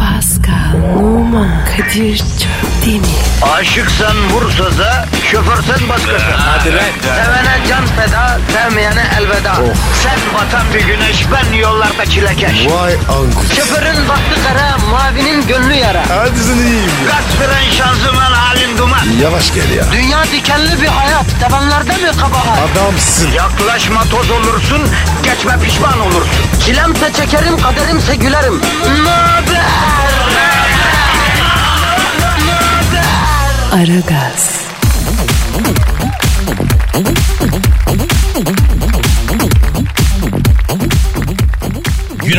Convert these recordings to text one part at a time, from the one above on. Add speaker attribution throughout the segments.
Speaker 1: Pascal, Oman, Kadir çok değil mi?
Speaker 2: Aşıksan vursa da şoförsen başkasın. Hadi
Speaker 3: lan.
Speaker 2: Sevene can feda, sevmeyene elveda. Sen batan bir güneş, ben yollarda çilekeş.
Speaker 3: Vay anku.
Speaker 2: Şoförün baktı kara, mavinin gönlü yara.
Speaker 3: Hadi sen iyiyim ya.
Speaker 2: Kasperen şanzıman halin duman.
Speaker 3: Yavaş gel ya.
Speaker 2: Dünya dikenli bir hayat, sevenlerde mi kabahar?
Speaker 3: Adamsın.
Speaker 2: Yaklaşma toz olursun, geçme pişman olursun. Çilemse çekerim, kaderimse gülerim. Möber!
Speaker 1: Aragaz,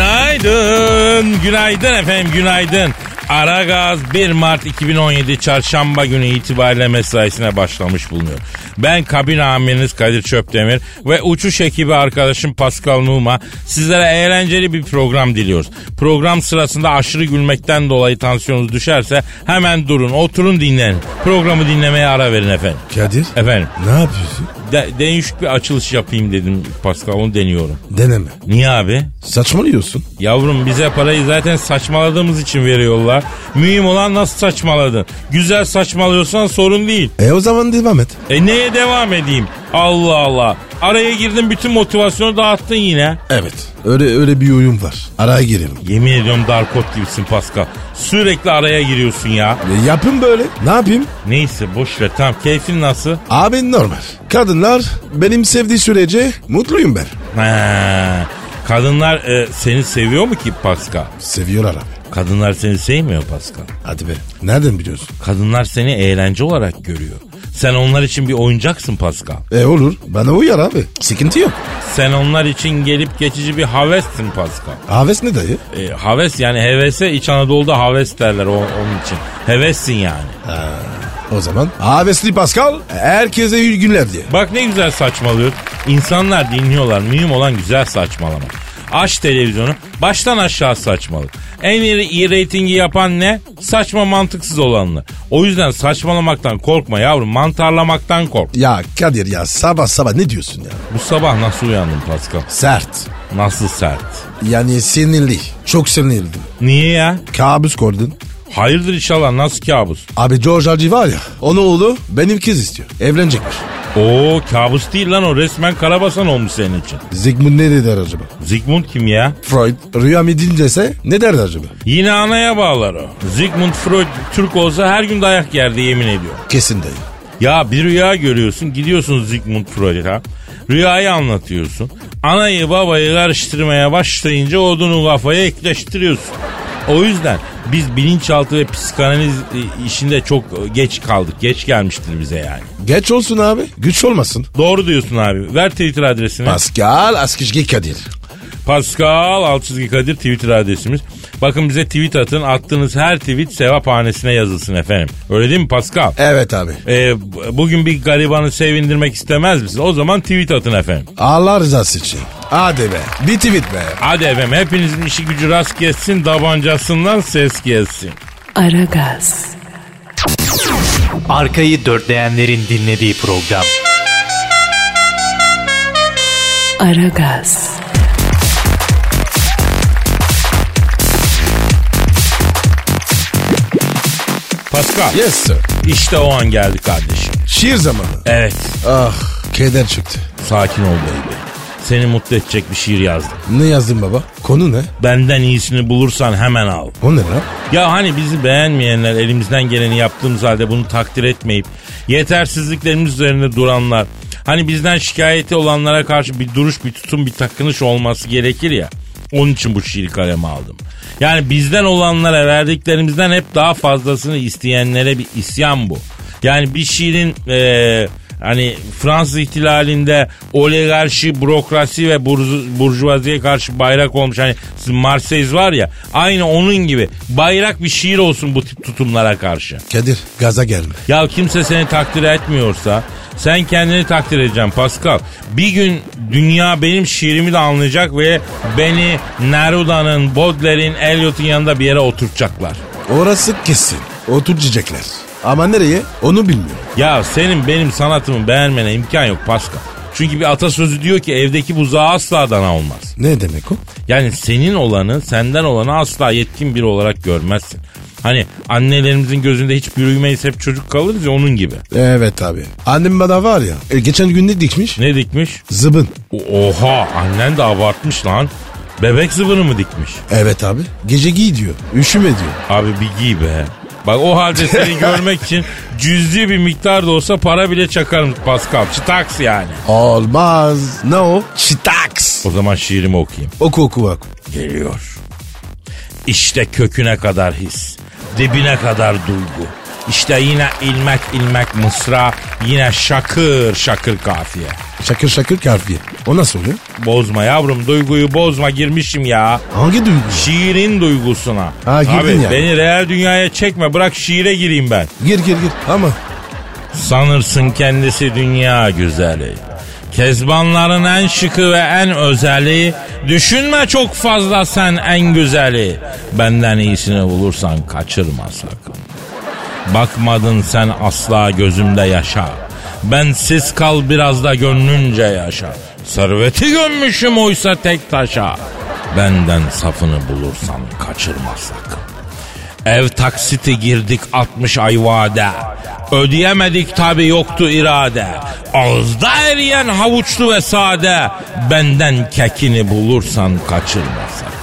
Speaker 4: Günaydın, günaydın efendim, günaydın. Ara Gaz 1 Mart 2017 Çarşamba günü itibariyle mesaisine başlamış bulunuyor. Ben kabin amiriniz Kadir Çöptemir ve uçuş ekibi arkadaşım Pascal Numa sizlere eğlenceli bir program diliyoruz. Program sırasında aşırı gülmekten dolayı tansiyonunuz düşerse hemen durun, oturun dinlenin. Programı dinlemeye ara verin efendim.
Speaker 3: Kadir.
Speaker 4: Efendim,
Speaker 3: Ne yapıyorsun?
Speaker 4: de, değişik bir açılış yapayım dedim Pascal, onu deniyorum.
Speaker 3: Deneme.
Speaker 4: Niye abi?
Speaker 3: Saçmalıyorsun.
Speaker 4: Yavrum bize parayı zaten saçmaladığımız için veriyorlar. Mühim olan nasıl saçmaladın? Güzel saçmalıyorsan sorun değil.
Speaker 3: E o zaman devam et.
Speaker 4: E neye devam edeyim? Allah Allah. Araya girdin bütün motivasyonu dağıttın yine.
Speaker 3: Evet. Öyle öyle bir oyun var. Araya girelim.
Speaker 4: Yemin ediyorum darkot gibisin Pascal. Sürekli araya giriyorsun ya.
Speaker 3: E, yapın böyle. Ne yapayım?
Speaker 4: Neyse boş ver tamam keyfin nasıl?
Speaker 3: Abi normal. Kadınlar benim sevdiği sürece mutluyum ben.
Speaker 4: Ha, kadınlar e, seni seviyor mu ki Pascal?
Speaker 3: Seviyorlar abi.
Speaker 4: Kadınlar seni sevmiyor Pascal.
Speaker 3: Hadi be. Nereden biliyorsun?
Speaker 4: Kadınlar seni eğlence olarak görüyor. Sen onlar için bir oyuncaksın Pascal.
Speaker 3: E olur. Bana uyar abi. Sıkıntı yok.
Speaker 4: Sen onlar için gelip geçici bir havessin Pascal.
Speaker 3: Aves ne dayı?
Speaker 4: E, haves yani hevese İç Anadolu'da haves derler o- onun için. Hevessin yani.
Speaker 3: E, O zaman. Avesli Pascal. Herkese iyi günler diye.
Speaker 4: Bak ne güzel saçmalıyor. İnsanlar dinliyorlar. Mühim olan güzel saçmalama. Aç televizyonu baştan aşağı saçmalık. En iyi, iyi reytingi yapan ne? Saçma mantıksız olanlar. O yüzden saçmalamaktan korkma yavrum. Mantarlamaktan kork.
Speaker 3: Ya Kadir ya sabah sabah ne diyorsun ya?
Speaker 4: Bu sabah nasıl uyandın Pascal?
Speaker 3: Sert.
Speaker 4: Nasıl sert?
Speaker 3: Yani sinirli. Çok sinirliydim.
Speaker 4: Niye ya?
Speaker 3: Kabus koydun.
Speaker 4: Hayırdır inşallah nasıl kabus?
Speaker 3: Abi George Hardy var ya. Onun oğlu benim kız istiyor. Evlenecekmiş.
Speaker 4: Oo kabus değil lan o resmen karabasan olmuş senin için.
Speaker 3: Zygmunt ne der acaba?
Speaker 4: Zygmunt kim ya?
Speaker 3: Freud rüya mı dinlese ne der acaba?
Speaker 4: Yine anaya bağlar o. Sigmund Freud Türk olsa her gün dayak yerdi yemin ediyor.
Speaker 3: Kesin dayı.
Speaker 4: Ya bir rüya görüyorsun gidiyorsun Sigmund Freud'a. Rüyayı anlatıyorsun. Anayı babayı karıştırmaya başlayınca odunu kafaya ekleştiriyorsun. O yüzden biz bilinçaltı ve psikanaliz e, işinde çok e, geç kaldık. Geç gelmiştir bize yani.
Speaker 3: Geç olsun abi. Güç olmasın.
Speaker 4: Doğru diyorsun abi. Ver Twitter adresini.
Speaker 3: Pascal Askışki Kadir.
Speaker 4: Pascal Altçizgi Kadir Twitter adresimiz. Bakın bize tweet atın. Attığınız her tweet sevaphanesine yazılsın efendim. Öyle değil mi Pascal?
Speaker 3: Evet abi.
Speaker 4: Ee, b- bugün bir garibanı sevindirmek istemez misin? O zaman tweet atın efendim.
Speaker 3: Allah rızası için. Hadi be. Bir tweet be.
Speaker 4: Hadi efendim hepinizin işi gücü rast gelsin, tabancasından ses gelsin.
Speaker 1: Aragaz,
Speaker 5: Arkayı dörtleyenlerin dinlediği program.
Speaker 1: Aragaz,
Speaker 4: Pascal
Speaker 3: Yes sir.
Speaker 4: işte o an geldi kardeşim.
Speaker 3: Şiir zamanı.
Speaker 4: Evet
Speaker 3: Ah keder çıktı.
Speaker 4: sakin ol baby. Seni mutlu edecek bir şiir yazdım.
Speaker 3: Ne yazdın baba? Konu ne?
Speaker 4: Benden iyisini bulursan hemen al.
Speaker 3: O ne lan?
Speaker 4: Ya hani bizi beğenmeyenler elimizden geleni yaptığımız halde bunu takdir etmeyip yetersizliklerimiz üzerinde duranlar hani bizden şikayeti olanlara karşı bir duruş bir tutum bir takınış olması gerekir ya. Onun için bu şiiri kaleme aldım. Yani bizden olanlara verdiklerimizden hep daha fazlasını isteyenlere bir isyan bu. Yani bir şiirin eee, hani Fransız ihtilalinde oligarşi, bürokrasi ve burzu- burjuvaziye karşı bayrak olmuş. Hani Marseiz var ya aynı onun gibi bayrak bir şiir olsun bu tip tutumlara karşı.
Speaker 3: Kadir gaza gelme.
Speaker 4: Ya kimse seni takdir etmiyorsa sen kendini takdir edeceksin Pascal. Bir gün dünya benim şiirimi de anlayacak ve beni Neruda'nın, Baudelaire'in, Eliot'un yanında bir yere oturtacaklar.
Speaker 3: Orası kesin. Oturacaklar. Ama nereye? Onu bilmiyorum.
Speaker 4: Ya senin benim sanatımı beğenmene imkan yok Pascal. Çünkü bir atasözü diyor ki evdeki buzağa asla dana olmaz.
Speaker 3: Ne demek o?
Speaker 4: Yani senin olanı senden olanı asla yetkin biri olarak görmezsin. Hani annelerimizin gözünde hiç büyümeyiz hep çocuk kalırız ya onun gibi.
Speaker 3: Evet abi. Annem bana var ya. e, geçen gün ne dikmiş?
Speaker 4: Ne dikmiş?
Speaker 3: Zıbın.
Speaker 4: O- Oha annen de abartmış lan. Bebek zıvını mı dikmiş?
Speaker 3: Evet abi. Gece giy diyor. Üşüme diyor.
Speaker 4: Abi bir giy be. Bak o halde seni görmek için cüzi bir miktar da olsa para bile çakarım Pascal. Çıtaks yani.
Speaker 3: Olmaz. Ne o? Çitaks.
Speaker 4: O zaman şiirimi okuyayım.
Speaker 3: Oku oku oku.
Speaker 4: Geliyor. İşte köküne kadar his. Dibine kadar duygu. İşte yine ilmek ilmek mısra. Yine şakır şakır kafiye.
Speaker 3: Şakır şakır karfiye. O nasıl oluyor?
Speaker 4: Bozma yavrum duyguyu bozma girmişim ya.
Speaker 3: Hangi duygu?
Speaker 4: Şiirin duygusuna.
Speaker 3: Ha, girdin
Speaker 4: Abi
Speaker 3: yani.
Speaker 4: beni real dünyaya çekme bırak şiire gireyim ben.
Speaker 3: Gir gir gir. Ama
Speaker 4: Sanırsın kendisi dünya güzeli. Kezbanların en şıkı ve en özeli. Düşünme çok fazla sen en güzeli. Benden iyisini bulursan kaçırma sakın. Bakmadın sen asla gözümde yaşa. Bensiz kal biraz da gönlünce yaşa. Serveti gömmüşüm oysa tek taşa. Benden safını bulursan kaçırma sakın. Ev taksiti girdik 60 ay vade. Ödeyemedik tabi yoktu irade. Ağızda eriyen havuçlu ve sade. Benden kekini bulursan kaçırmasak.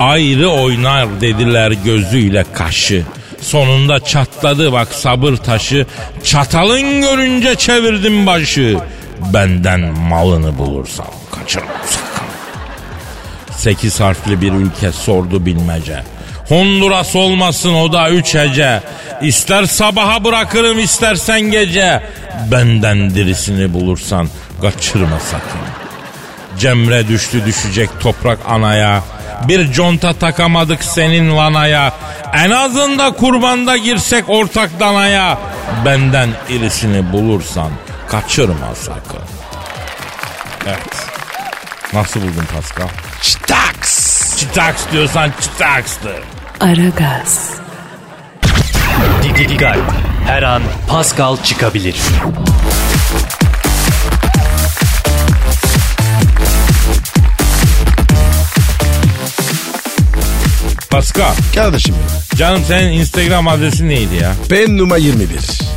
Speaker 4: Ayrı oynar dediler gözüyle kaşı. Sonunda çatladı bak sabır taşı. Çatalın görünce çevirdim başı. Benden malını bulursan kaçırmasak. Sekiz harfli bir ülke sordu bilmece. Honduras olmasın o da üç hece. İster sabaha bırakırım istersen gece. Benden dirisini bulursan kaçırma sakın. Cemre düştü düşecek toprak anaya. Bir conta takamadık senin lanaya. En azında kurbanda girsek ortak danaya. Benden irisini bulursan kaçırma sakın. Evet. Nasıl buldun Pascal?
Speaker 3: çitaks.
Speaker 4: Çıtaks diyorsan çıtakstır.
Speaker 1: Aragaz,
Speaker 5: Didi Gal. Her an Pascal çıkabilir.
Speaker 4: Pascal,
Speaker 3: Kardeşim benim.
Speaker 4: canım senin Instagram adresin neydi ya?
Speaker 3: Ben numara 21.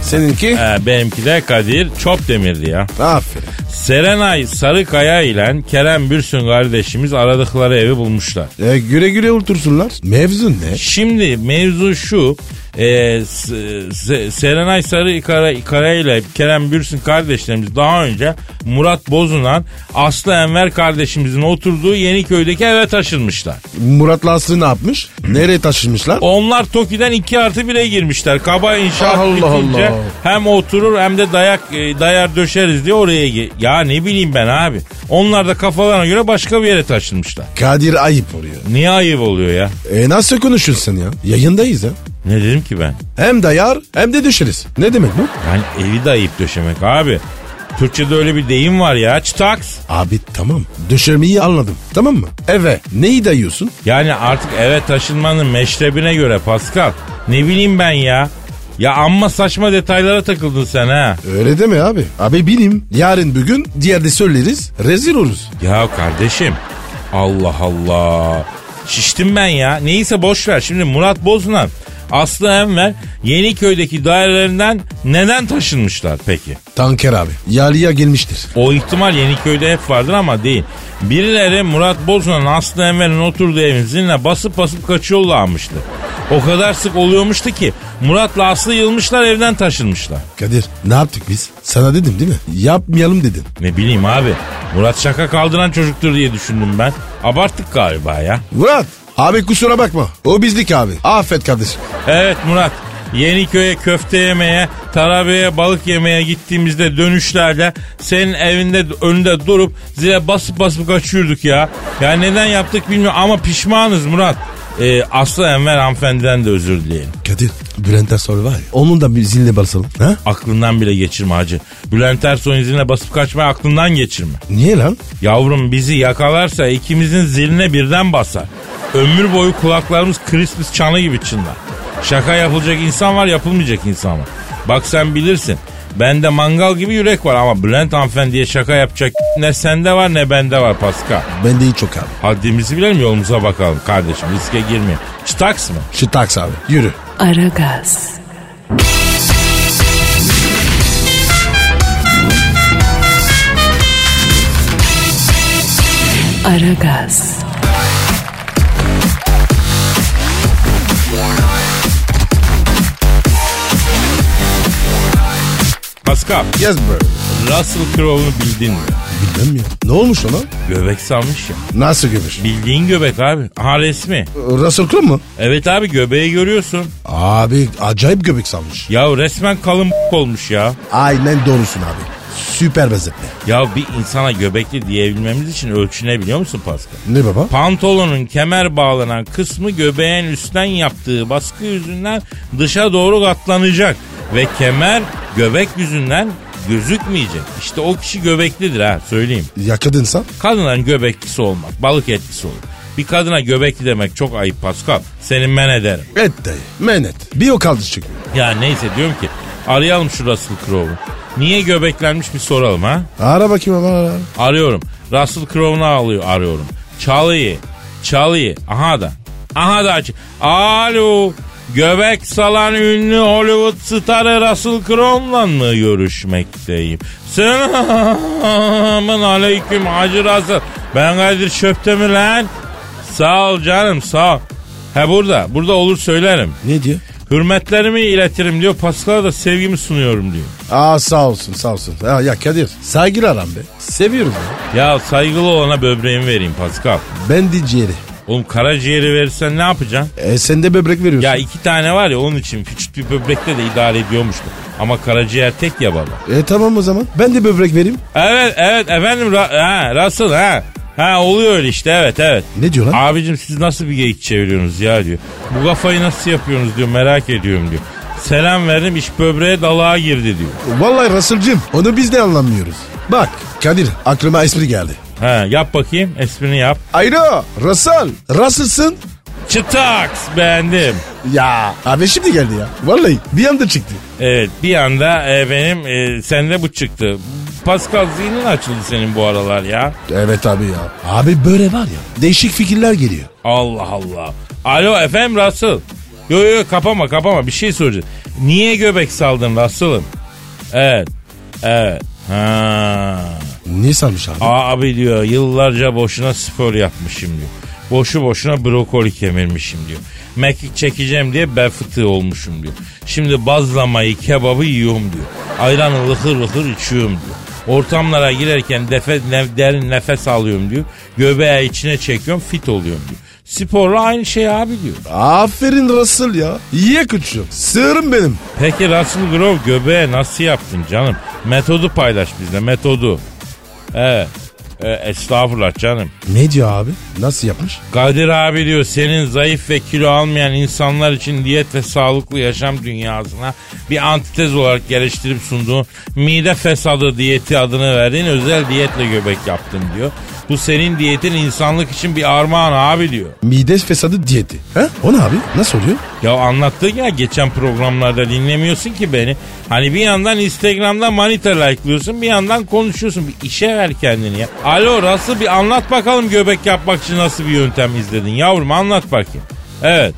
Speaker 3: Seninki?
Speaker 4: Ee, benimki de Kadir Çopdemir'di ya.
Speaker 3: Aferin.
Speaker 4: Serenay Sarıkaya ile Kerem Bürsün kardeşimiz aradıkları evi bulmuşlar.
Speaker 3: E, güle güle otursunlar. Mevzun ne?
Speaker 4: Şimdi mevzu şu. E, S- S- Serenay Sarıkaya ile Kerem Bürsün kardeşlerimiz daha önce Murat Bozunan Aslı Enver kardeşimizin oturduğu Yeniköy'deki eve taşınmışlar.
Speaker 3: Murat'la Aslı ne yapmış? Nereye taşınmışlar?
Speaker 4: Onlar Toki'den 2 artı 1'e girmişler. Kaba inşaat
Speaker 3: Allah
Speaker 4: bitince
Speaker 3: Allah.
Speaker 4: hem oturur hem de dayak e, dayar döşeriz diye oraya gi- Ya ne bileyim ben abi. Onlar da kafalarına göre başka bir yere taşınmışlar.
Speaker 3: Kadir ayıp oluyor.
Speaker 4: Niye ayıp oluyor ya?
Speaker 3: E nasıl konuşuyorsun sen ya? Yayındayız ya.
Speaker 4: Ne dedim ki ben?
Speaker 3: Hem dayar hem de düşeriz. Ne demek bu?
Speaker 4: Yani evi de ayıp döşemek abi. Türkçe'de öyle bir deyim var ya çıtaks.
Speaker 3: Abi tamam. Düşürmeyi anladım. Tamam mı? Eve. Neyi dayıyorsun?
Speaker 4: Yani artık eve taşınmanın meşrebine göre Pascal. Ne bileyim ben ya. Ya amma saçma detaylara takıldın sen ha.
Speaker 3: Öyle deme abi. Abi bilim. Yarın bugün diğerde söyleriz. Rezil oluruz.
Speaker 4: Ya kardeşim Allah Allah. Şiştim ben ya. Neyse boş ver. Şimdi Murat Bozunan Aslı Enver Yeniköy'deki dairelerinden neden taşınmışlar peki?
Speaker 3: Tanker abi. Yalıya gelmiştir.
Speaker 4: O ihtimal Yeniköy'de hep vardır ama değil. Birileri Murat Bozunan Aslı Enver'in oturduğu evin ziline basıp basıp kaçıyorlarmıştı. O kadar sık oluyormuştu ki Murat'la Aslı yılmışlar evden taşınmışlar.
Speaker 3: Kadir ne yaptık biz? Sana dedim değil mi? Yapmayalım dedin.
Speaker 4: Ne bileyim abi Murat şaka kaldıran çocuktur diye düşündüm ben. Abarttık galiba ya.
Speaker 3: Murat. Abi kusura bakma. O bizlik abi. Affet kardeşim.
Speaker 4: Evet Murat. Yeniköy'e köfte yemeye, Tarabya'ya balık yemeye gittiğimizde dönüşlerde senin evinde önünde durup zile basıp basıp kaçıyorduk ya. Ya neden yaptık bilmiyorum ama pişmanız Murat. Ee, Aslı Enver hanımefendiden de özür dileyelim.
Speaker 3: Kadir Bülent Ersoy var ya. Onun da bir ziline basalım. Ha?
Speaker 4: Aklından bile geçirme hacı. Bülent Ersoy'un ziline basıp kaçmayı aklından geçirme.
Speaker 3: Niye lan?
Speaker 4: Yavrum bizi yakalarsa ikimizin ziline birden basar. Ömür boyu kulaklarımız Christmas çanı gibi çınlar. Şaka yapılacak insan var yapılmayacak insan var. Bak sen bilirsin. Bende mangal gibi yürek var ama Bülent hanımefendiye şaka yapacak ne sende var ne bende var Pascal.
Speaker 3: Bende hiç yok abi.
Speaker 4: Haddimizi bilelim yolumuza bakalım kardeşim riske girmeyin. Staks mı?
Speaker 3: Şu taks abi. Yürü.
Speaker 1: Aragaz, Aragaz,
Speaker 4: Pascal,
Speaker 3: Yes bro.
Speaker 4: Russell Crowe'u bildin mi?
Speaker 3: Bilmem ya. Ne olmuş ona?
Speaker 4: Göbek salmış ya.
Speaker 3: Nasıl gömüş?
Speaker 4: Bildiğin göbek abi. Ha resmi.
Speaker 3: Russell Crowe mu?
Speaker 4: Evet abi göbeği görüyorsun.
Speaker 3: Abi acayip göbek salmış.
Speaker 4: Ya resmen kalın olmuş ya.
Speaker 3: Aynen doğrusun abi. Süper benzetme.
Speaker 4: Ya bir insana göbekli diyebilmemiz için ölçüne biliyor musun Pascal?
Speaker 3: Ne baba?
Speaker 4: Pantolonun kemer bağlanan kısmı göbeğin üstten yaptığı baskı yüzünden dışa doğru katlanacak. Ve kemer göbek yüzünden gözükmeyecek. İşte o kişi göbeklidir ha söyleyeyim.
Speaker 3: Ya kadınsa?
Speaker 4: Kadınların göbeklisi olmak, balık etkisi olur. Bir kadına göbekli demek çok ayıp Pascal. Senin men ederim.
Speaker 3: Et dayı. Menet. Bir o kaldı çıkıyor.
Speaker 4: Ya neyse diyorum ki arayalım şu Russell Crowe'u. Niye göbeklenmiş bir soralım ha?
Speaker 3: Ara bakayım ama ara.
Speaker 4: Arıyorum. Russell Crowe'unu alıyor, arıyorum. Çalıyı. Çalıyı. Aha da. Aha da aç. Alo. Göbek salan ünlü Hollywood starı Russell Crowe'la mı görüşmekteyim? Selamun aleyküm Hacı Russell. Ben Kadir Çöptemir lan. Sağ ol canım sağ ol. He burada. Burada olur söylerim.
Speaker 3: Ne diyor?
Speaker 4: Hürmetlerimi iletirim diyor. Pascal'a da sevgimi sunuyorum diyor.
Speaker 3: Aa sağ olsun sağ olsun. Ya, ya Kadir saygılar aram be. Seviyorum ya.
Speaker 4: Ya saygılı olana böbreğimi vereyim Pascal.
Speaker 3: Ben de ciğeri.
Speaker 4: Oğlum karaciğeri verirsen ne yapacaksın?
Speaker 3: E, sen de böbrek veriyorsun.
Speaker 4: Ya iki tane var ya onun için küçük bir böbrekle de idare ediyormuştu. Ama karaciğer tek ya baba.
Speaker 3: E tamam o zaman. Ben de böbrek vereyim.
Speaker 4: Evet evet efendim Ra- ha, Russell ha. Ha oluyor öyle işte evet evet.
Speaker 3: Ne diyor lan?
Speaker 4: Abicim siz nasıl bir geyik çeviriyorsunuz ya diyor. Bu kafayı nasıl yapıyorsunuz diyor merak ediyorum diyor. Selam verdim iş böbreğe dalağa girdi diyor.
Speaker 3: Vallahi Russell'cığım onu biz de anlamıyoruz. Bak Kadir aklıma espri geldi.
Speaker 4: Ha yap bakayım esprini yap.
Speaker 3: Ayro Russell. Russell'sın.
Speaker 4: Çıtaks beğendim.
Speaker 3: Ya abi şimdi geldi ya. Vallahi bir anda çıktı.
Speaker 4: Evet bir anda e, benim e, sende bu çıktı. Pascal zihnin açıldı senin bu aralar ya.
Speaker 3: Evet abi ya. Abi böyle var ya değişik fikirler geliyor.
Speaker 4: Allah Allah. Alo efendim Russell. Yo yo yo, kapama kapama bir şey soracağım. Niye göbek saldın Russell'ım? Evet. Evet. Ha.
Speaker 3: Ne sanmış abi?
Speaker 4: Abi diyor yıllarca boşuna spor yapmışım diyor. Boşu boşuna brokoli kemirmişim diyor. Mekik çekeceğim diye bel fıtığı olmuşum diyor. Şimdi bazlamayı kebabı yiyorum diyor. Ayranı lıhır lıhır içiyorum diyor. Ortamlara girerken defe, nef- derin nefes alıyorum diyor. Göbeğe içine çekiyorum fit oluyorum diyor. Sporla aynı şey abi diyor.
Speaker 3: Aferin Russell ya. Ye kuçum. Sığırım benim.
Speaker 4: Peki Russell Grove göbeğe nasıl yaptın canım? Metodu paylaş bizle metodu. Evet. E, estağfurullah canım.
Speaker 3: Ne diyor abi? Nasıl yapmış?
Speaker 4: Kadir abi diyor senin zayıf ve kilo almayan insanlar için diyet ve sağlıklı yaşam dünyasına bir antitez olarak geliştirip sunduğun mide fesadı diyeti adını verdiğin özel diyetle göbek yaptım diyor. Bu senin diyetin insanlık için bir armağan abi diyor.
Speaker 3: Mide fesadı diyeti. He? O ne abi? Nasıl oluyor?
Speaker 4: Ya anlattın ya geçen programlarda dinlemiyorsun ki beni. Hani bir yandan Instagram'da manita like'lıyorsun bir yandan konuşuyorsun. Bir işe ver kendini ya. Alo Russell bir anlat bakalım göbek yapmak için nasıl bir yöntem izledin yavrum anlat bakayım. Evet.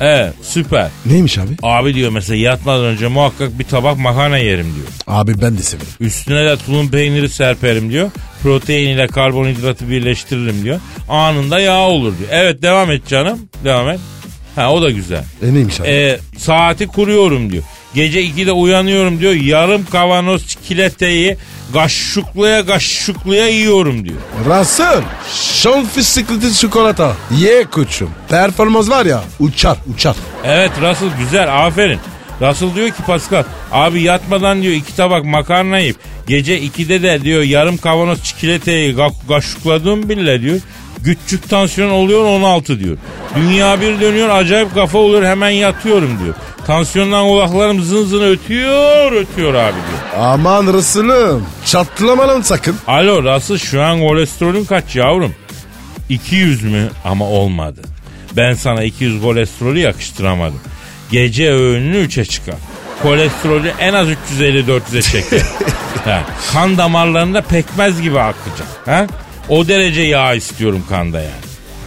Speaker 4: Evet süper.
Speaker 3: Neymiş abi?
Speaker 4: Abi diyor mesela yatmadan önce muhakkak bir tabak makarna yerim diyor.
Speaker 3: Abi ben de severim.
Speaker 4: Üstüne de tulum peyniri serperim diyor. Protein ile karbonhidratı birleştiririm diyor. Anında yağ olur diyor. Evet devam et canım. Devam et. Ha o da güzel.
Speaker 3: E neymiş abi?
Speaker 4: E, saati kuruyorum diyor. Gece 2'de uyanıyorum diyor. Yarım kavanoz çikolateyi gaşşuklaya gaşşuklaya yiyorum diyor.
Speaker 3: Russell. Şon fıstıklı çikolata. Ye kuçum. Performans var ya uçar uçar.
Speaker 4: Evet Russell güzel aferin. Russell diyor ki Pascal abi yatmadan diyor iki tabak makarna yiyip gece 2'de de diyor yarım kavanoz çikolateyi ga- gaşukladım bile diyor. Güççük tansiyon oluyor 16 diyor. Dünya bir dönüyor acayip kafa oluyor hemen yatıyorum diyor. Tansiyondan kulaklarım zın zın ötüyor ötüyor abi diyor.
Speaker 3: Aman Russell'ım. Çatlama lan sakın.
Speaker 4: Alo Russell şu an kolesterolün kaç yavrum? 200 mü? Ama olmadı. Ben sana 200 kolesterolü yakıştıramadım. Gece öğününü 3'e çıkar. kolesterolü en az 350-400'e çeker. Ha, kan damarlarında pekmez gibi akacak. Ha? O derece yağ istiyorum kanda yani.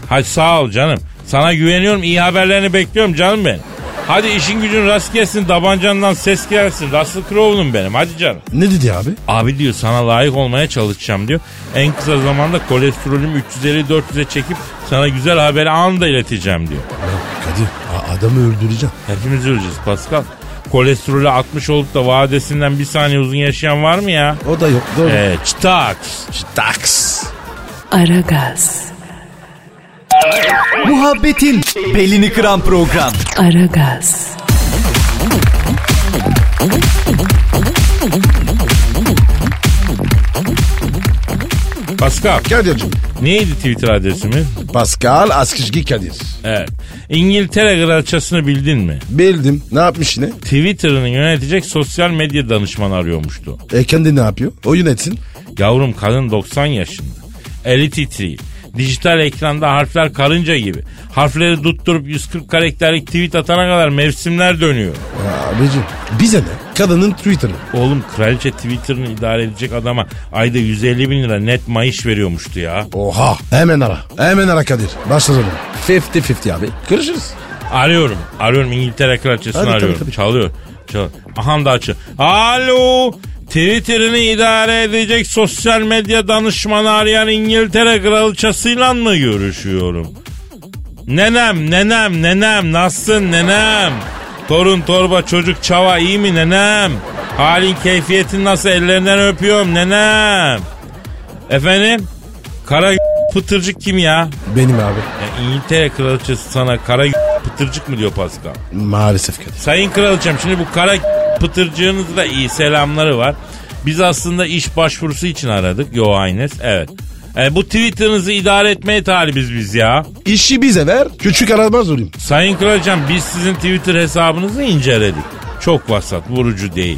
Speaker 4: Hadi sağ ol canım. Sana güveniyorum. iyi haberlerini bekliyorum canım benim. Hadi işin gücün rast gelsin. Dabancandan ses gelsin. Russell Crowe'num benim. Hadi canım.
Speaker 3: Ne dedi abi?
Speaker 4: Abi diyor sana layık olmaya çalışacağım diyor. En kısa zamanda kolesterolüm 350-400'e çekip sana güzel haberi anında ileteceğim diyor.
Speaker 3: Kadir a- adamı öldüreceğim.
Speaker 4: Hepimiz öleceğiz Pascal. Kolesterolü 60 olup da vadesinden bir saniye uzun yaşayan var mı ya?
Speaker 3: O da yok. Doğru.
Speaker 4: Ee, çıtaks.
Speaker 3: Taks.
Speaker 1: Aragaz,
Speaker 5: Muhabbetin belini kıran program.
Speaker 1: Aragaz,
Speaker 4: Pascal
Speaker 3: Kadir'cim.
Speaker 4: neydi Twitter adresimiz?
Speaker 3: Pascal Askışgi Kadir.
Speaker 4: Evet. İngiltere kraliçesini bildin mi?
Speaker 3: Bildim. Ne yapmış yine?
Speaker 4: Twitter'ını yönetecek sosyal medya danışmanı arıyormuştu.
Speaker 3: E kendi ne yapıyor? O yönetsin.
Speaker 4: Yavrum kadın 90 yaşında. Eli titriyor. Dijital ekranda harfler karınca gibi. Harfleri tutturup 140 karakterlik tweet atana kadar mevsimler dönüyor.
Speaker 3: Ya abicim bize ne? Kadının Twitter'ı.
Speaker 4: Oğlum kraliçe Twitter'ını idare edecek adama ayda 150 bin lira net maaş veriyormuştu ya.
Speaker 3: Oha. Hemen ara. Hemen ara Kadir. Başlayalım. 50-50 abi. Kırışırız.
Speaker 4: Arıyorum. Arıyorum İngiltere kraliçesini
Speaker 3: Hadi tabii,
Speaker 4: arıyorum.
Speaker 3: tabii.
Speaker 4: Çalıyor. Çalıyor. Aha da açı. Alo. Twitter'ını idare edecek sosyal medya danışmanı arayan İngiltere kraliçesiyle mı görüşüyorum? Nenem, nenem, nenem, nasılsın nenem? Torun torba çocuk çava iyi mi nenem? Halin keyfiyetin nasıl ellerinden öpüyorum nenem. Efendim? Kara pıtırcık kim ya?
Speaker 3: Benim abi.
Speaker 4: Ya İngiltere kraliçesi sana kara pıtırcık mı diyor Pascal?
Speaker 3: Maalesef Kadir.
Speaker 4: Sayın kraliçem şimdi bu kara pıtırcığınızda da iyi selamları var. Biz aslında iş başvurusu için aradık. Yo Aynes evet. E, bu Twitter'ınızı idare etmeye talibiz biz ya.
Speaker 3: İşi bize ver. Küçük aramaz olayım.
Speaker 4: Sayın Kraliçem biz sizin Twitter hesabınızı inceledik. Çok vasat, vurucu değil.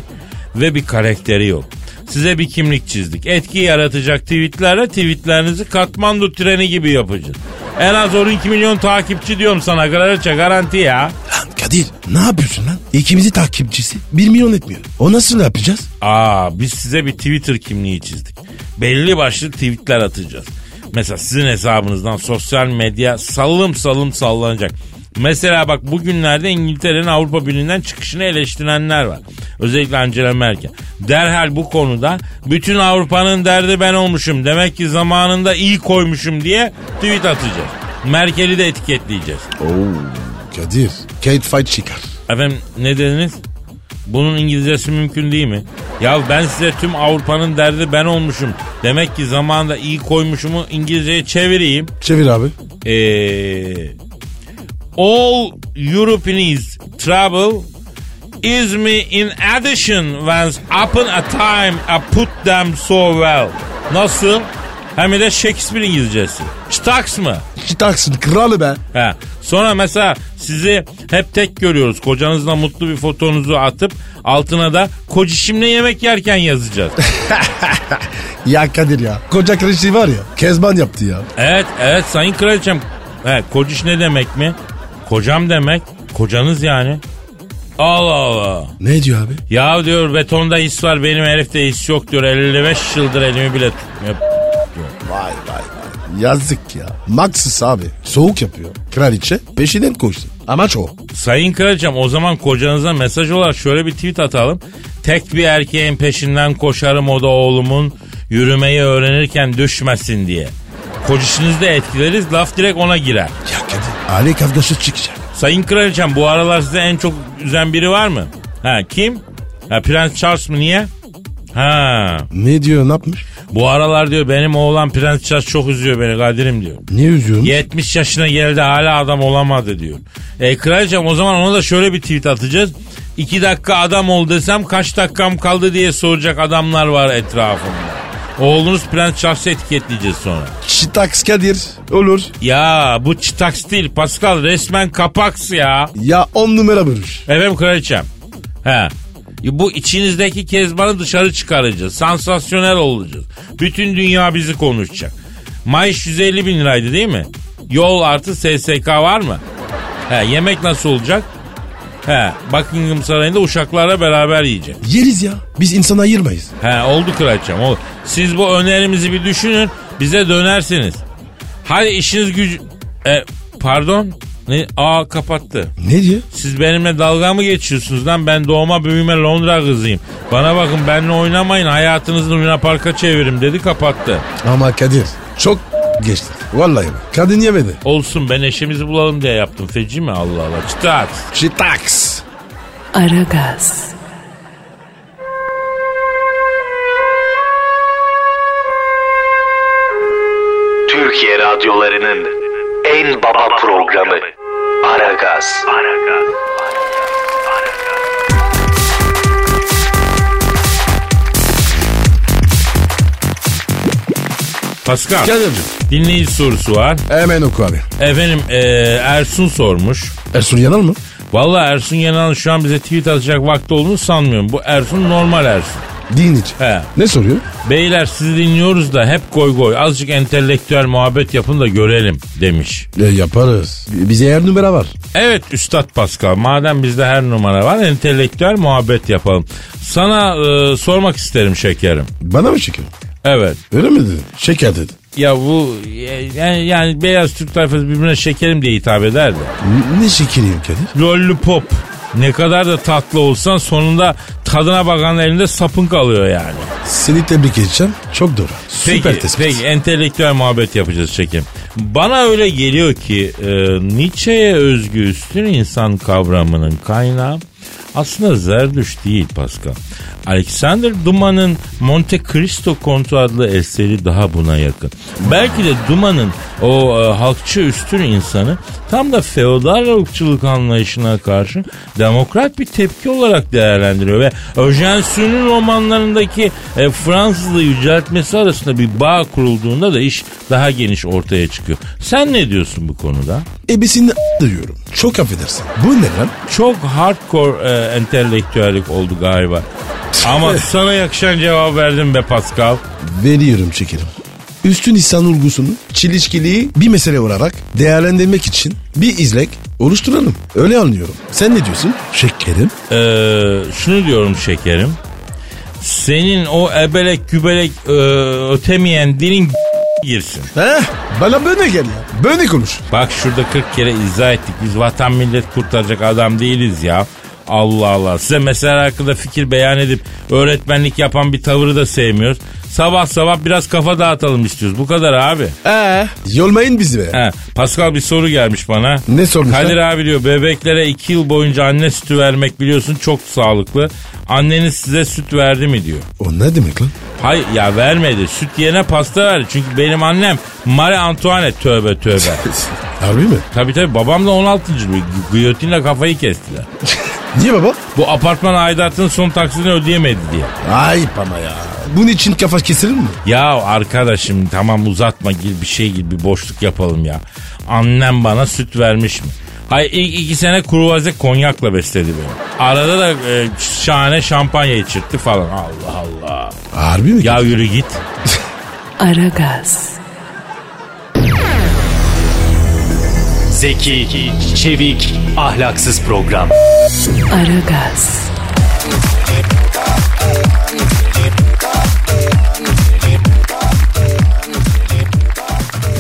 Speaker 4: Ve bir karakteri yok. Size bir kimlik çizdik. Etki yaratacak tweetlerle tweetlerinizi Katmandu treni gibi yapacağız. En az 12 milyon takipçi diyorum sana kraliçe garanti ya.
Speaker 3: Lan Kadir ne yapıyorsun lan? İkimizi takipçisi 1 milyon etmiyor. O nasıl yapacağız?
Speaker 4: Aa biz size bir Twitter kimliği çizdik. Belli başlı tweetler atacağız. Mesela sizin hesabınızdan sosyal medya sallım sallım sallanacak. Mesela bak bugünlerde İngiltere'nin Avrupa Birliği'nden çıkışını eleştirenler var. Özellikle Angela Merkel. Derhal bu konuda bütün Avrupa'nın derdi ben olmuşum. Demek ki zamanında iyi koymuşum diye tweet atacağız. Merkel'i de etiketleyeceğiz.
Speaker 3: Kadir. Kate Fight çıkar.
Speaker 4: Efendim ne dediniz? Bunun İngilizcesi mümkün değil mi? Ya ben size tüm Avrupa'nın derdi ben olmuşum. Demek ki zamanında iyi koymuşumu İngilizceye çevireyim.
Speaker 3: Çevir abi.
Speaker 4: Ee, all Europeans trouble is me in addition once upon a time I put them so well. Nasıl? Hem de Shakespeare İngilizcesi. Staks mı?
Speaker 3: Çıtaksın kralı be.
Speaker 4: He. Sonra mesela sizi hep tek görüyoruz. Kocanızla mutlu bir fotonuzu atıp altına da kocişimle yemek yerken yazacağız.
Speaker 3: Ya Kadir ya. Koca kraliçeyi var ya. Kezban yaptı ya.
Speaker 4: evet evet sayın kraliçem. He, kociş ne demek mi? Kocam demek. Kocanız yani. Allah Allah.
Speaker 3: Ne diyor abi?
Speaker 4: Ya diyor betonda his var benim herifte his yok diyor. 55 yıldır elimi bile tutmuyor.
Speaker 3: Vay vay vay. Yazık ya. Maxis abi. Soğuk yapıyor. Kraliçe peşinden koştu. Amaç o.
Speaker 4: Sayın Kraliçem o zaman kocanıza mesaj olarak şöyle bir tweet atalım. Tek bir erkeğin peşinden koşarım o da oğlumun yürümeyi öğrenirken düşmesin diye. Kocişinizi de etkileriz laf direkt ona girer.
Speaker 3: Ya Kadir. Aile kavgası çıkacak.
Speaker 4: Sayın Kraliçem bu aralar size en çok üzen biri var mı? Ha kim? Ha Prens Charles mı niye? Ha
Speaker 3: Ne diyor ne yapmış?
Speaker 4: bu aralar diyor benim oğlan Prens Charles çok üzüyor beni Kadir'im diyor.
Speaker 3: Niye üzüyorum?
Speaker 4: 70 yaşına geldi hala adam olamadı diyor. E kraliçem o zaman ona da şöyle bir tweet atacağız. 2 dakika adam ol desem kaç dakikam kaldı diye soracak adamlar var etrafımda. Oğlunuz Prens Charles'ı etiketleyeceğiz sonra.
Speaker 3: Çıtaks Kadir. Olur.
Speaker 4: Ya bu çıtaks değil Pascal resmen kapaks ya.
Speaker 3: Ya on numara bölür.
Speaker 4: Efendim kraliçem. He. Bu içinizdeki kezbanı dışarı çıkaracağız. Sansasyonel olacağız. Bütün dünya bizi konuşacak. Mayış 150 bin liraydı değil mi? Yol artı SSK var mı? He, yemek nasıl olacak? He, Buckingham Sarayı'nda uşaklarla beraber yiyeceğim.
Speaker 3: Yeriz ya. Biz insan ayırmayız.
Speaker 4: He, oldu kraliçem oldu. Siz bu önerimizi bir düşünün bize dönersiniz. Hadi işiniz gücü... E, pardon? Ne? Aa kapattı.
Speaker 3: Ne diyor?
Speaker 4: Siz benimle dalga mı geçiyorsunuz lan? Ben doğma büyüme Londra kızıyım. Bana bakın benimle oynamayın hayatınızı Luna Park'a çevirim dedi kapattı.
Speaker 3: Ama Kadir çok geçti. Vallahi bak. Kadın yemedi.
Speaker 4: Olsun ben eşimizi bulalım diye yaptım feci mi Allah Allah çıtlat.
Speaker 3: Çitaks.
Speaker 1: Aragaz,
Speaker 6: Türkiye radyolarının en baba programı Aragaz.
Speaker 4: Pascal
Speaker 3: Kadir'cim
Speaker 4: dinleyici sorusu var.
Speaker 3: hemen oku abi.
Speaker 4: Efendim e, Ersun sormuş.
Speaker 3: Ersun Yanal mı?
Speaker 4: Valla Ersun Yanal şu an bize tweet atacak vakti olduğunu sanmıyorum. Bu Ersun normal Ersun.
Speaker 3: Din için.
Speaker 4: He.
Speaker 3: Ne soruyor?
Speaker 4: Beyler sizi dinliyoruz da hep koy koy azıcık entelektüel muhabbet yapın da görelim demiş.
Speaker 3: E, yaparız. Bize her numara var.
Speaker 4: Evet Üstad Pascal madem bizde her numara var entelektüel muhabbet yapalım. Sana e, sormak isterim şekerim.
Speaker 3: Bana mı şeker?
Speaker 4: Evet.
Speaker 3: Öyle mi dedin? Şeker dedin.
Speaker 4: Ya bu e, yani, yani beyaz Türk tayfası birbirine şekerim diye hitap ederdi.
Speaker 3: N- ne şekeriyim Kadir?
Speaker 4: Lollipop. Ne kadar da tatlı olsan sonunda tadına bakan elinde sapın kalıyor yani.
Speaker 3: Seni tebrik edeceğim. Çok doğru. Süper
Speaker 4: peki,
Speaker 3: tespit.
Speaker 4: peki entelektüel muhabbet yapacağız şekerim. Bana öyle geliyor ki e, Nietzsche'ye özgü üstün insan kavramının kaynağı aslında Zerdüş değil Pascal. Alexander Duman'ın Monte Cristo Kontu adlı eseri daha buna yakın. Belki de Duman'ın o e, halkçı üstün insanı tam da feodal ırkçılık anlayışına karşı demokrat bir tepki olarak değerlendiriyor ve Öjen Sünün romanlarındaki e, Fransızlığı yüceltmesi arasında bir bağ kurulduğunda da iş daha geniş ortaya çıkıyor. Sen ne diyorsun bu konuda?
Speaker 3: Ebesini diyorum. Çok affedersin. Bu ne lan?
Speaker 4: Çok hardcore e, entelektüellik oldu galiba. Ama sana yakışan cevap verdim be Pascal.
Speaker 3: Veriyorum şekerim. Üstün insan olgusunu, çelişkiliği bir mesele olarak değerlendirmek için bir izlek oluşturalım. Öyle anlıyorum. Sen ne diyorsun? Şekerim.
Speaker 4: Ee, şunu diyorum şekerim. Senin o ebelek gübelek e, ötemeyen dilin girsin.
Speaker 3: Heh, bana böyle gel ya. Böyle konuş.
Speaker 4: Bak şurada 40 kere izah ettik. Biz vatan millet kurtaracak adam değiliz ya. Allah Allah. Size mesele hakkında fikir beyan edip öğretmenlik yapan bir tavırı da sevmiyoruz. Sabah sabah biraz kafa dağıtalım istiyoruz. Bu kadar abi.
Speaker 3: Ee, yolmayın bizi be.
Speaker 4: He, Pascal bir soru gelmiş bana.
Speaker 3: Ne sormuşlar?
Speaker 4: Kadir abi diyor bebeklere 2 yıl boyunca anne sütü vermek biliyorsun çok sağlıklı. Anneniz size süt verdi mi diyor.
Speaker 3: O ne demek lan?
Speaker 4: Hayır ya vermedi. Süt yerine pasta verdi. Çünkü benim annem Marie Antoinette tövbe tövbe.
Speaker 3: Harbi mi?
Speaker 4: Tabii tabii babam da 16. bir Giyotinle kafayı kestiler.
Speaker 3: Niye baba?
Speaker 4: Bu apartman aidatının son taksitini ödeyemedi diye.
Speaker 3: Ayıp ama ya. Bunun için kafa kesilir mi?
Speaker 4: Ya arkadaşım tamam uzatma gir bir şey gibi bir boşluk yapalım ya. Annem bana süt vermiş mi? Hayır ilk iki sene kruvaze konyakla besledi beni. Arada da e, şahane şampanya içirtti falan. Allah Allah.
Speaker 3: Harbi mi?
Speaker 4: Ya yürü git.
Speaker 1: Aragaz,
Speaker 5: Zeki, çevik, ahlaksız program.
Speaker 1: Aragaz,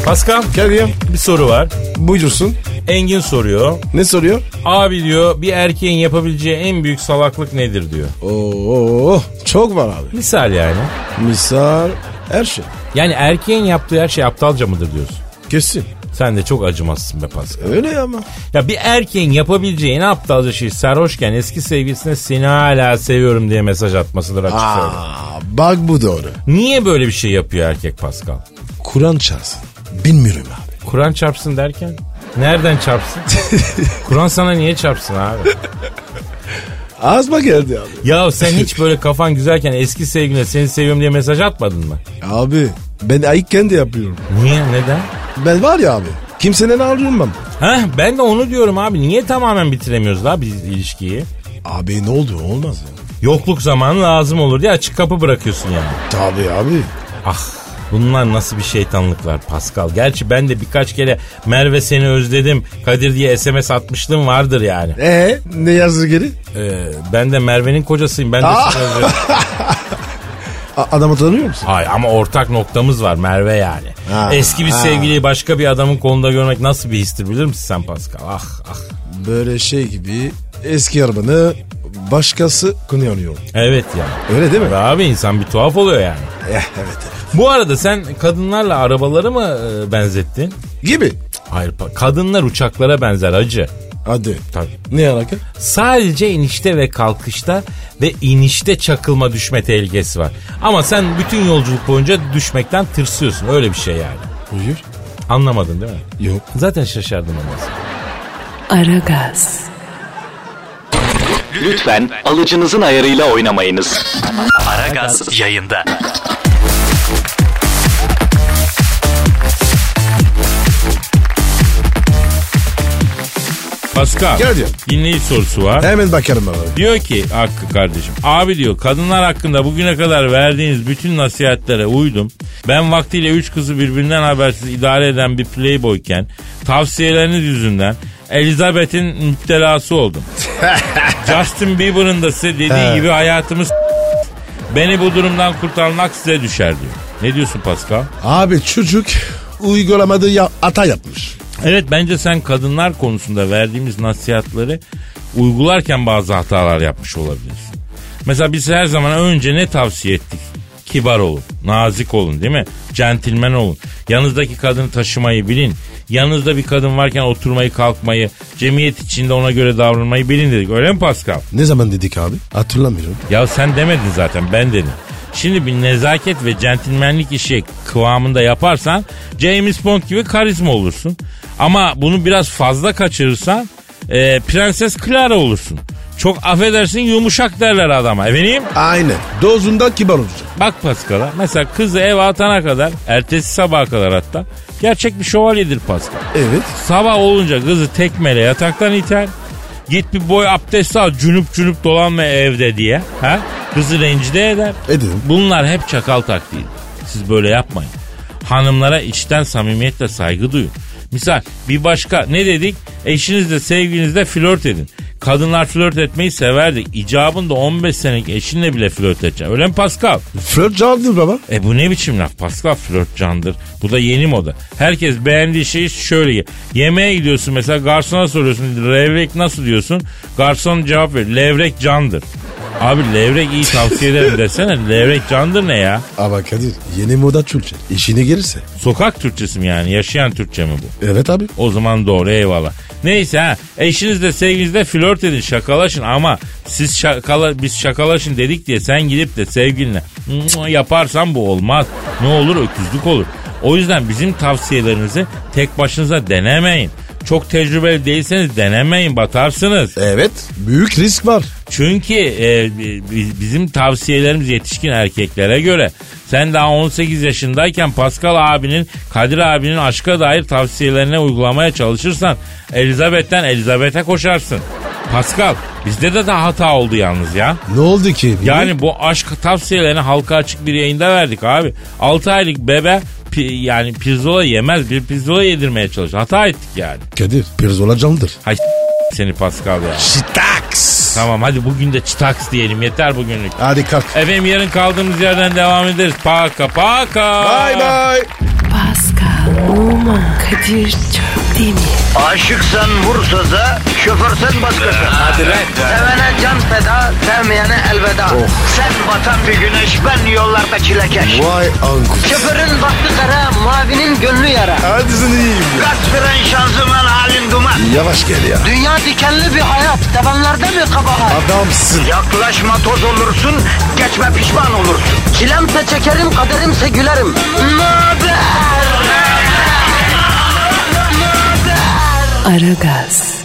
Speaker 4: Pascal
Speaker 3: Kadir
Speaker 4: bir soru var.
Speaker 3: buyursun.
Speaker 4: Engin soruyor.
Speaker 3: Ne soruyor?
Speaker 4: Abi diyor bir erkeğin yapabileceği en büyük salaklık nedir diyor.
Speaker 3: Oo, çok var abi.
Speaker 4: Misal yani.
Speaker 3: Misal her şey.
Speaker 4: Yani erkeğin yaptığı her şey aptalca mıdır diyorsun.
Speaker 3: Kesin.
Speaker 4: Sen de çok acımazsın be Pascal.
Speaker 3: Öyle ama.
Speaker 4: Ya bir erkeğin yapabileceği en aptalca şey sarhoşken eski sevgilisine seni hala seviyorum diye mesaj atmasıdır açık söyleyeyim.
Speaker 3: Aa, bak bu doğru.
Speaker 4: Niye böyle bir şey yapıyor erkek Pascal?
Speaker 3: Kur'an çalsın. Bilmiyorum abi.
Speaker 4: Kur'an çarpsın derken? Nereden çarpsın? Kur'an sana niye çarpsın abi?
Speaker 3: Ağzıma geldi abi.
Speaker 4: Ya sen hiç böyle kafan güzelken eski sevgiline seni seviyorum diye mesaj atmadın mı?
Speaker 3: Abi ben ayıkken de yapıyorum.
Speaker 4: Niye? Neden?
Speaker 3: Ben var ya abi. Kimsenin ağrıyorum
Speaker 4: Heh, ben de onu diyorum abi. Niye tamamen bitiremiyoruz la biz ilişkiyi?
Speaker 3: Abi ne oldu olmaz ya.
Speaker 4: Yokluk zamanı lazım olur diye açık kapı bırakıyorsun yani.
Speaker 3: Tabii abi.
Speaker 4: Ah Bunlar nasıl bir şeytanlıklar Pascal? Gerçi ben de birkaç kere Merve seni özledim Kadir diye SMS atmışlığım vardır yani.
Speaker 3: Ee ne yazdı geri?
Speaker 4: Ee, ben de Merve'nin kocasıyım. Ben de
Speaker 3: Ah!
Speaker 4: seni özledim.
Speaker 3: A- adamı tanıyor musun?
Speaker 4: Hayır ama ortak noktamız var Merve yani.
Speaker 3: Ha,
Speaker 4: Eski bir
Speaker 3: ha.
Speaker 4: sevgiliyi başka bir adamın kolunda görmek nasıl bir histir bilir misin sen Pascal? Ah ah.
Speaker 3: Böyle şey gibi eski arabanı başkası kullanıyor.
Speaker 4: Evet ya.
Speaker 3: Öyle değil mi?
Speaker 4: Ve Abi insan bir tuhaf oluyor yani.
Speaker 3: Eh, evet.
Speaker 4: Bu arada sen kadınlarla arabaları mı e, benzettin?
Speaker 3: Gibi.
Speaker 4: Hayır pa- kadınlar uçaklara benzer acı.
Speaker 3: Hadi.
Speaker 4: Tabii.
Speaker 3: Ne alaka?
Speaker 4: Sadece inişte ve kalkışta ve inişte çakılma düşme tehlikesi var. Ama sen bütün yolculuk boyunca düşmekten tırsıyorsun öyle bir şey yani.
Speaker 3: Buyur.
Speaker 4: Anlamadın değil mi?
Speaker 3: Yok.
Speaker 4: Zaten şaşardım ama.
Speaker 1: Aragaz,
Speaker 6: Lütfen alıcınızın ayarıyla oynamayınız.
Speaker 5: Aragaz yayında.
Speaker 4: Pascal.
Speaker 3: Gel diyor.
Speaker 4: Dinleyici sorusu var.
Speaker 3: Hemen bakarım ben abi.
Speaker 4: Diyor ki Hakkı kardeşim abi diyor kadınlar hakkında bugüne kadar verdiğiniz bütün nasihatlere uydum. Ben vaktiyle üç kızı birbirinden habersiz idare eden bir playboyken tavsiyeleriniz yüzünden Elizabeth'in müptelası oldum. Justin Bieber'ın da size dediği gibi hayatımız beni bu durumdan kurtarmak size düşer diyor. Ne diyorsun Pascal?
Speaker 3: Abi çocuk uygulamada ya hata yapmış.
Speaker 4: Evet bence sen kadınlar konusunda verdiğimiz nasihatleri uygularken bazı hatalar yapmış olabilirsin. Mesela biz her zaman önce ne tavsiye ettik? Kibar olun, nazik olun değil mi? Centilmen olun. Yanınızdaki kadını taşımayı bilin. Yanınızda bir kadın varken oturmayı kalkmayı, cemiyet içinde ona göre davranmayı bilin dedik. Öyle mi Pascal?
Speaker 3: Ne zaman dedik abi? Hatırlamıyorum.
Speaker 4: Ya sen demedin zaten ben dedim. Şimdi bir nezaket ve centilmenlik işi kıvamında yaparsan James Bond gibi karizma olursun. Ama bunu biraz fazla kaçırırsan e, Prenses Clara olursun. Çok affedersin yumuşak derler adama. Efendim?
Speaker 3: Aynen. Dozunda kibar olacak.
Speaker 4: Bak Pascal'a mesela kızı eve atana kadar ertesi sabaha kadar hatta gerçek bir şövalyedir Pascal.
Speaker 3: Evet.
Speaker 4: Sabah olunca kızı tekmeyle yataktan iter. Git bir boy abdest al cünüp cünüp dolanma evde diye. Ha? Kızı rencide eder.
Speaker 3: Ederim.
Speaker 4: Bunlar hep çakal taktiği. Siz böyle yapmayın. Hanımlara içten samimiyetle saygı duyun. Misal bir başka ne dedik? Eşinizle sevgilinizle flört edin. Kadınlar flört etmeyi severdi. İcabında 15 senelik eşinle bile flört edecek. Öyle mi Pascal?
Speaker 3: Flört cevaptır baba.
Speaker 4: E bu ne biçim laf Pascal flört candır. Bu da yeni moda. Herkes beğendiği şeyi şöyle ye. Yemeğe gidiyorsun mesela garsona soruyorsun. Levrek nasıl diyorsun? Garson cevap veriyor. Levrek candır. Abi levrek iyi tavsiye ederim desene. Levrek candır ne ya?
Speaker 3: Ama Kadir yeni moda Türkçe. İşine gelirse.
Speaker 4: Sokak Türkçesi mi yani? Yaşayan Türkçe mi bu?
Speaker 3: Evet abi.
Speaker 4: O zaman doğru eyvallah. Neyse ha eşinizle sevgilinizle flört edin şakalaşın ama siz şakala biz şakalaşın dedik diye sen gidip de sevgiline "Mua" yaparsan bu olmaz. Ne olur öküzlük olur. O yüzden bizim tavsiyelerinizi tek başınıza denemeyin. Çok tecrübeli değilseniz denemeyin batarsınız.
Speaker 3: Evet. Büyük risk var.
Speaker 4: Çünkü e, bi- bizim tavsiyelerimiz yetişkin erkeklere göre. Sen daha 18 yaşındayken Pascal abinin, Kadir abinin aşka dair tavsiyelerine uygulamaya çalışırsan Elizabeth'ten Elizabeth'e koşarsın. Pascal bizde de daha hata oldu yalnız ya.
Speaker 3: Ne oldu ki?
Speaker 4: Yani bu aşk tavsiyelerini halka açık bir yayında verdik abi. 6 aylık bebe pi- yani pirzola yemez bir pirzola yedirmeye çalışır. Hata ettik yani.
Speaker 3: Kadir pirzola candır.
Speaker 4: Hay seni Pascal ya.
Speaker 3: Şitaks.
Speaker 4: Tamam hadi bugün de çıtaks diyelim yeter bugünlük.
Speaker 3: Hadi kalk.
Speaker 4: Efendim yarın kaldığımız yerden devam ederiz. Paka paka.
Speaker 3: Bye bye.
Speaker 1: Pascal, Oman, Kadir çok değil mi?
Speaker 2: Aşıksan vursa da, şoförsen başkasın. Hadi Sevene can feda, sevmeyene elveda. Sen batan bir güneş, ben yollarda çilekeş.
Speaker 3: Vay anku.
Speaker 2: Şoförün baktı kara, mavinin gönlü yara.
Speaker 3: Hadi sen iyiyim ya.
Speaker 2: Kasperen şanzıman halin duman.
Speaker 3: Yavaş gel ya.
Speaker 2: Dünya dikenli bir hayat, sevenlerde mi kabahar?
Speaker 3: Adamsın.
Speaker 2: Yaklaşma toz olursun, geçme pişman olursun. Çilemse çekerim, kaderimse gülerim. Möber!
Speaker 1: Aragaz.